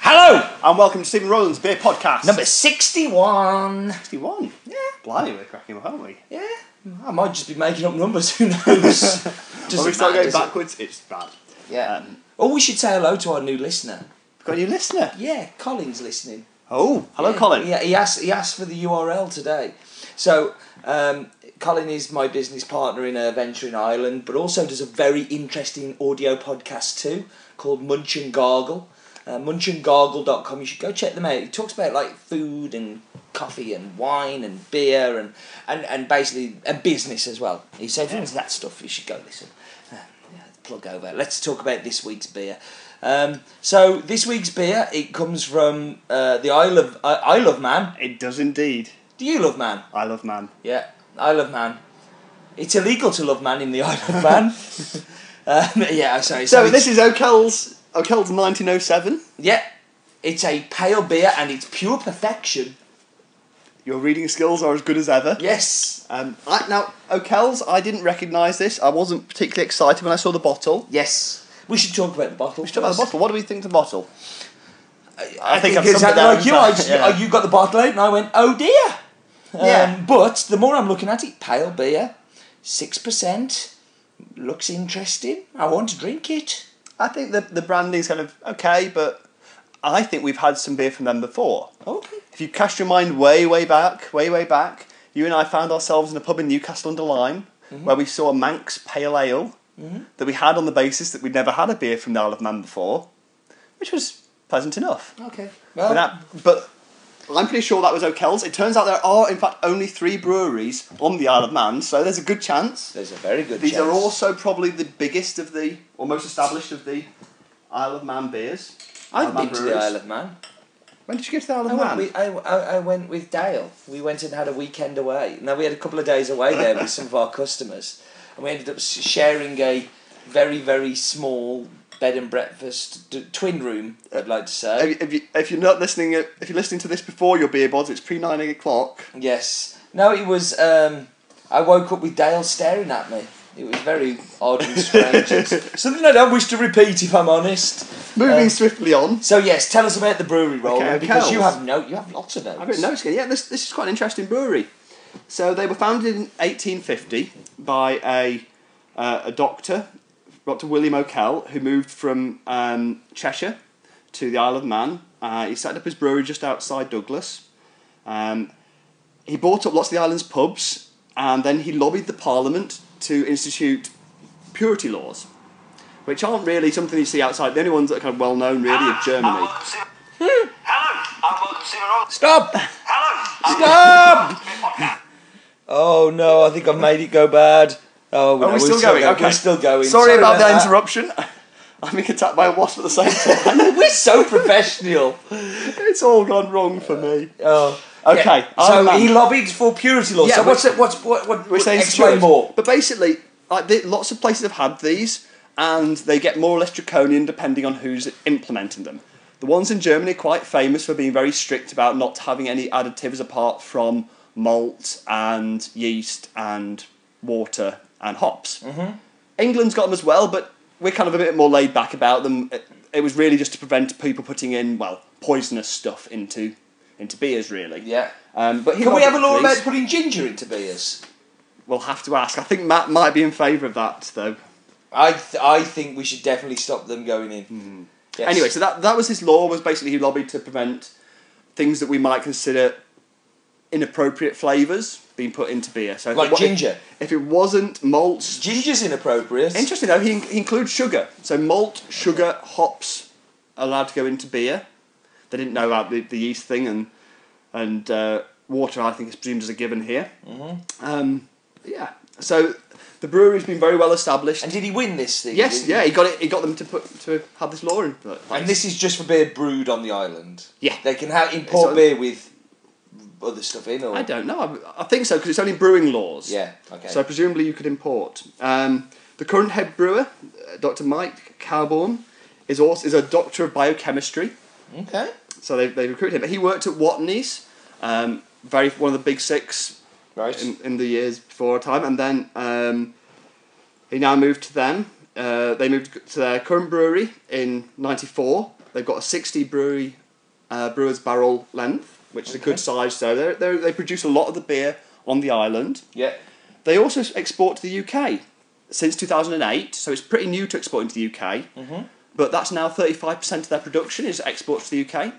Hello! And welcome to Stephen Rowland's Beer Podcast. Number 61. 61. Yeah, Blimey, we're cracking up, haven't we? yeah. I might just be making up numbers, who knows? when Doesn't we matter, start going does it? backwards, it's bad. Yeah. Um, oh, we should say hello to our new listener. We've got a new listener. Yeah, Colin's listening. Oh, hello, yeah, Colin. Yeah, he asked, he asked for the URL today. So, um, Colin is my business partner in a venture in Ireland, but also does a very interesting audio podcast too called Munch and Gargle. Uh, munchandgargle.com. You should go check them out. He talks about like food and coffee and wine and beer and, and, and basically and business as well. He says "If you're into that stuff. You should go listen. Uh, yeah, plug over. Let's talk about this week's beer. Um, so this week's beer it comes from uh, the Isle of uh, I love man. It does indeed. Do you love man? I love man. Yeah, I love man. It's illegal to love man in the Isle of Man. um, yeah, sorry. So, it's- this is O'Kell's, O'Kell's 1907. yeah, it's a pale beer and it's pure perfection. Your reading skills are as good as ever. Yes, Um, I, now, O'Kell's, I didn't recognise this. I wasn't particularly excited when I saw the bottle. yes. We should talk about the bottle. Let's talk about the bottle. What do we think of the bottle? I, think think, I've summed it exactly down, like you. haven't I? I just, Yeah. oh, you got the bottle out, and I went, oh dear. Um, Yeah. But the more I'm looking at it, pale beer, six percent, looks interesting. I want to drink it. I think the, the branding's kind of okay, but I think we've had some beer from them before. Okay. If you cast your mind way, way back, way, way back, you and I found ourselves in a pub in Newcastle under Lyme Mm-hmm. where we saw a Manx Pale Ale that we had on the basis that we'd never had a beer from the Isle of Man before, which was pleasant enough. Okay. And Well, that- but I'm pretty sure that was O'Kell's. It turns out there are, in fact, only three breweries on the Isle of Man, so there's a good chance. there's a very good. These are chance. also probably the biggest of the, or most established of the Isle of Man beers. Isle I've of Man been to the breweries. Isle of Oh, Man. When did you get to the Isle I of Oh, Man? went, with, I, I, I went with Dale. We went and had a weekend away. Now we had a couple of days away there with some of our customers, and we ended up s- sharing a very very small bed and breakfast d- twin room. I'd like to say If, if, you, if you're not listening, if you're listening to this before your beer bods, it's pre nine o'clock. yes. No, it was. Um, I woke up with Dale staring at me. It was very odd and strange. It's Something I don't wish to repeat, if I'm honest. Moving Um, swiftly on. So yes, tell us about the brewery, Roland, Okay, because you O'Kell's. have no, you have lots of notes. I've written notes again. Yeah, this, this is quite an interesting brewery. So they were founded in 1850 by a, uh, a doctor, Dr. William O'Kell, who moved from um, Cheshire to the Isle of Man. Uh, he set up his brewery just outside Douglas. Um, he bought up lots of the island's pubs, and then he lobbied the Parliament to institute purity laws, which aren't really something you see outside. The only ones that are kind of well known really are Germany. Hello, I'm welcome to Simon Rollins. Stop! Hello, I'm Stop! welcome to Oh no, I think I've made it go bad. Oh, no, Are we we're still, going? Okay. We're still going. Sorry, about, the that. interruption. I'm being attacked by a wasp at the same time. We're so professional. it's all gone wrong for me. Oh, Okay, Iron So Man. he lobbied for purity laws. Yeah, so we're- what's it? What's what? What? We're saying explain stewards. more. But basically, like, the, lots of places have had these, and they get more or less draconian depending on who's implementing them. The ones in Germany are quite famous for being very strict about not having any additives apart from malt and yeast and water and hops. Mm-hmm. England's got them as well, but we're kind of a bit more laid back about them. It, it was really just to prevent people putting in well poisonous stuff into into beers, really. Yeah. Um, but he Can we loved have a it, law please. about putting ginger into beers? We'll have to ask. I think Matt might be in favour of that, though. I th- I think we should definitely stop them going in. Yes. Mm-hmm. Anyway, so that, that was his law, was basically he lobbied to prevent things that we might consider inappropriate flavours being put into beer. So if Like it wa- if- ginger. If, it wasn't malt... ginger's inappropriate. Interesting, though, he, in- he includes sugar. So malt, sugar, hops are allowed to go into beer. They didn't know about the, the yeast thing, and, and uh, water, I think, is presumed as a given here. Mm-hmm. Um, yeah, so... The brewery's been very well established. And did he win this thing? Yes, Did he? yeah, he got it. He got them to put to have this law in place. And this is just for beer brewed on the island. Yeah. They can have import So- beer with other stuff in, or I don't know. I, I think so because it's only brewing laws. yeah. Okay. So presumably you could import. Um, the current head brewer, uh, Dr. Mike Cowborn, is also is a doctor of biochemistry. okay. So they they recruited him. He worked at Watney's, um, very one of the big six Right. in, in the years before our time, and then um, he now moved to them. Uh, they moved to their current brewery in '94. They've got a 60 brewery uh, brewer's barrel length, which is a good size. So they're, they're, they produce a lot of the beer on the island. Yeah. They also s- export to the UK since 2008, so it's pretty new to export into the UK. But that's now 35% of their production is exports to the UK.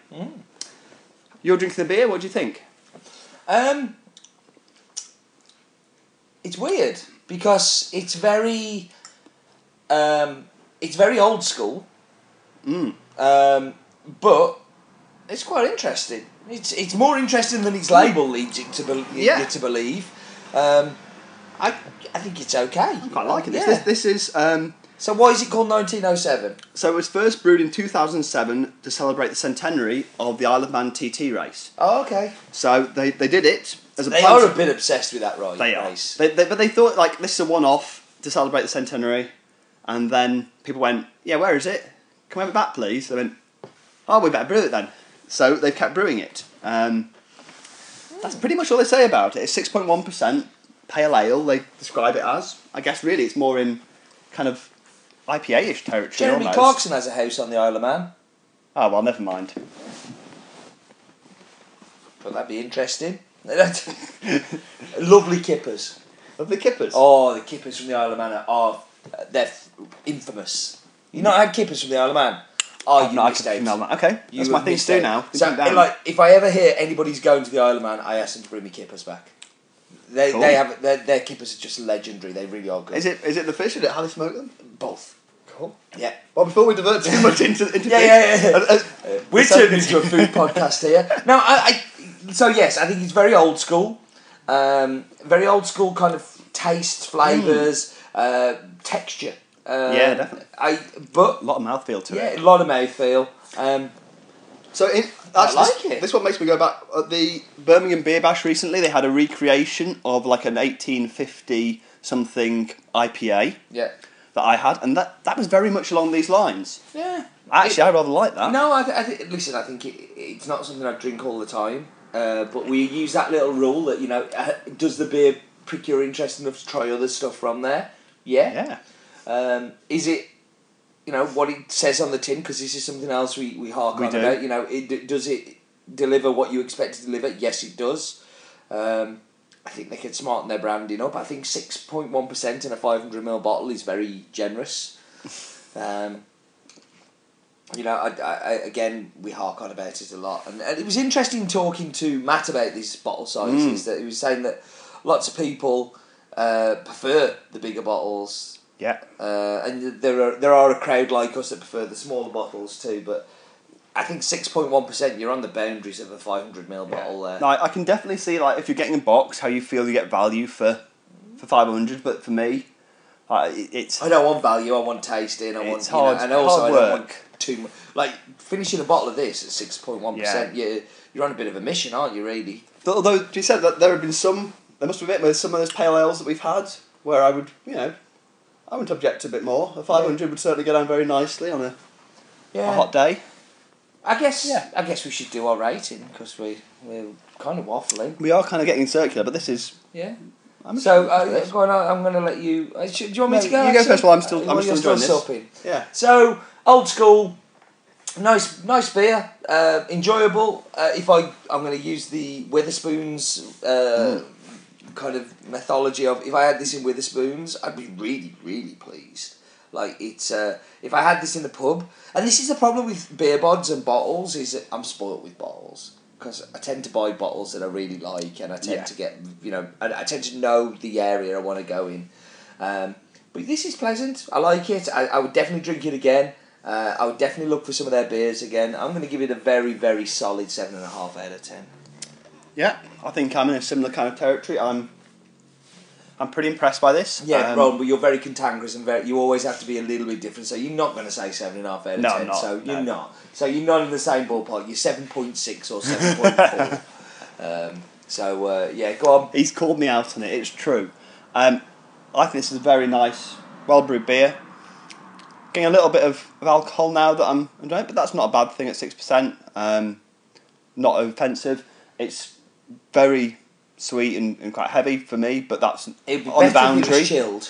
You're drinking the beer, what do you think? Um, it's weird because it's very, um, it's very old school. Mm. Um, but it's quite interesting. It's it's more interesting than its label leads you to bel Yeah. you to believe. Um, I I think it's okay. quite liking this. Yeah. This, this is um, So why is it called 1907? so it was first brewed in 2007 to celebrate the centenary of the Isle of Man TT race. Oh, okay. So they, they did it as a They plan- are a bit obsessed with that right They are. race. They, they, but they thought like this is a one-off to celebrate the centenary, and then people went, "Yeah, where is it? Can we have it back, please?" They went, "Oh, we better brew it then." So they've kept brewing it. Um, that's pretty much all they say about it. It's six point one percent pale ale. They describe it as. I guess really it's more in kind of IPA-ish territory. Jeremy almost. Clarkson has a house on the Isle of Man. Oh well, never mind. But that'd be interesting. Lovely kippers. Of the kippers. Oh, the kippers from the Isle of Man are- are they're f- infamous. You Mm. not had kippers from the Isle of Man? Oh, I've you not missed had out. no, Okay, You that's my have thing to missed do out. now. So, Think down. like, if I ever hear anybody's going to the Isle of Man, I ask them to bring me kippers back. They, Cool. they have their, their kippers are just legendary. They really are good. is it is it the fish? Is it how they smoke them? Both. Cool. Yeah. Well, before we divert too much into, into Yeah, this- yeah, yeah. uh, uh, We're so- turning into a food podcast here. No, I, I. So yes, I think it's very old school. Um, very old school kind of taste, Mm. flavors, uh, texture. Uh, Yeah, definitely. I but a lot of mouthfeel to yeah, it. a lot of mouthfeel. Um, So in, I actually, like this, it. This one makes me go back. At the Birmingham Beer Bash recently, they had a recreation of like an eighteen fifty something IPA yeah, that I had, and that that was very much along these lines. yeah. Actually, I rather like that. No, I, th- I th- listen. I think it, it's not something I drink all the time, uh, but we use that little rule that you know, uh, does the beer prick your interest enough to try other stuff from there? Yeah. Um, is it, you know, what it says on the tin? Because this is something else we, we hark We on do. about. You know, it, d- does it deliver what you expect to deliver? Yes, it does. Um, I think they can smarten their branding up. I think 6.1% in a 500ml bottle is very generous. Um, you know, I, I, I- again, we hark on about it a lot. And, and it was interesting talking to Matt about these bottle Mm. sizes, that he was saying that lots of people uh, prefer the bigger bottles Yeah. uh, and there are there are a crowd like us that prefer the smaller bottles too, but I think six point one percent you're on the boundaries of a five hundred ml bottle there. No, I, I can definitely see like if you're getting a box, how you feel you get value for for five hundred, but for me, like, it, it's I don't want value. I want tasty, and I want It's you know, hard- and also hard I don't want work. too much. Like finishing a bottle of this at six point one percent, you you're on a bit of a mission, aren't you? Really? Although you said that there have been some, there must have been with some of those pale ales that we've had where I would, you know, I wouldn't object a bit more. A five hundred would certainly go down very nicely on a, Yeah. a hot day. I guess. Yeah. I guess we should do our rating because we we're kind of waffling. We are kind of getting circular, but this is. Yeah. I'm So for uh, this. go on, I- I'm going to let you. Uh, should, do you want No, me to go? you go actually? first while I'm still- Uh, I'm while still you're enjoying this. sopping. yeah, So old school, nice nice beer, uh, enjoyable. Uh, if I I'm going to use the Witherspoons uh, kind of mythology of if I had this in Witherspoons, I'd be really really pleased. Like it's uh, if I had this in the pub, and this is the problem with beer bods and bottles is that I'm spoilt with bottles because I tend to buy bottles that I really like, and I tend Yeah. to get you know I, I tend to know the area I want to go in. Um, but this is pleasant. I like it. I, I would definitely drink it again. Uh, I would definitely look for some of their beers again. I'm going to give it a very, very solid seven and a half out of ten. yeah. I think I'm in a similar kind of territory. I'm. I'm pretty impressed by this. Yeah, Um, Ron, but you're very cantankerous and very. You always have to be a little bit different. So you're not going to say seven and a half out of No, I'm ten. not. So No. you're not. So you're not in the same ballpark. You're seven point six or seven point four. Um, so uh, yeah, go on. He's called me out on it. It's true. Um, I think this is a very nice, well brewed beer. Getting a little bit of, of alcohol now that I'm enjoying, it, but that's not a bad thing at six percent. Um, not offensive. It's very sweet and, and quite heavy for me, but that's It'd be on better if the it was boundary. chilled.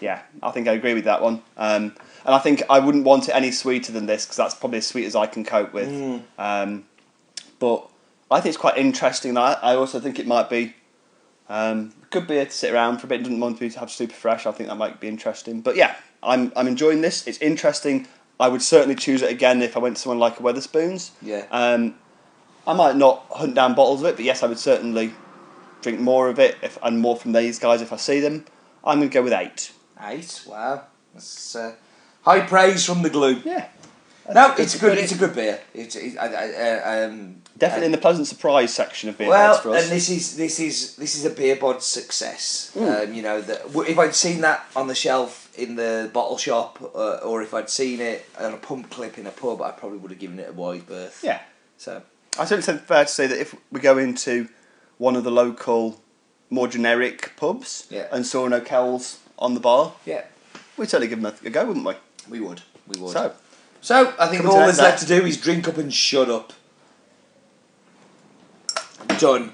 Yeah, I think I agree with that one. Um, And I think I wouldn't want it any sweeter than this because that's probably as sweet as I can cope with. Um, but I think it's quite interesting. And I, I also think it might be um, good beer to sit around for a bit. Doesn't want to be- have super fresh. I think that might be interesting. But yeah, I'm I'm enjoying this. It's interesting. I would certainly choose it again if I went to someone like a Weatherspoons. Yeah. Um, I might not hunt down bottles of it, but yes, I would certainly drink more of it if, and more from these guys if I see them. I'm going to go with eight. Eight. Wow. That's uh, high praise from the glue. Yeah. No, it's a good. It's a good beer. It's it, I, I, uh, um, Definitely in the pleasant surprise section of beer well, for us. and this is this is this is a beer bod success. Um, you know that w- if I'd seen that on the shelf in the bottle shop, uh, or if I'd seen it on a pump clip in a pub, I probably would have given it a wide berth. yeah. So I think it's fair to say that if we go into one of the local, more generic pubs Yeah. and saw an O'Kell's on the bar, yeah, we'd certainly give them a, a go, wouldn't we? we would. We would. So, So I think Coming all to that's that. left to do is drink up and shut up. Done.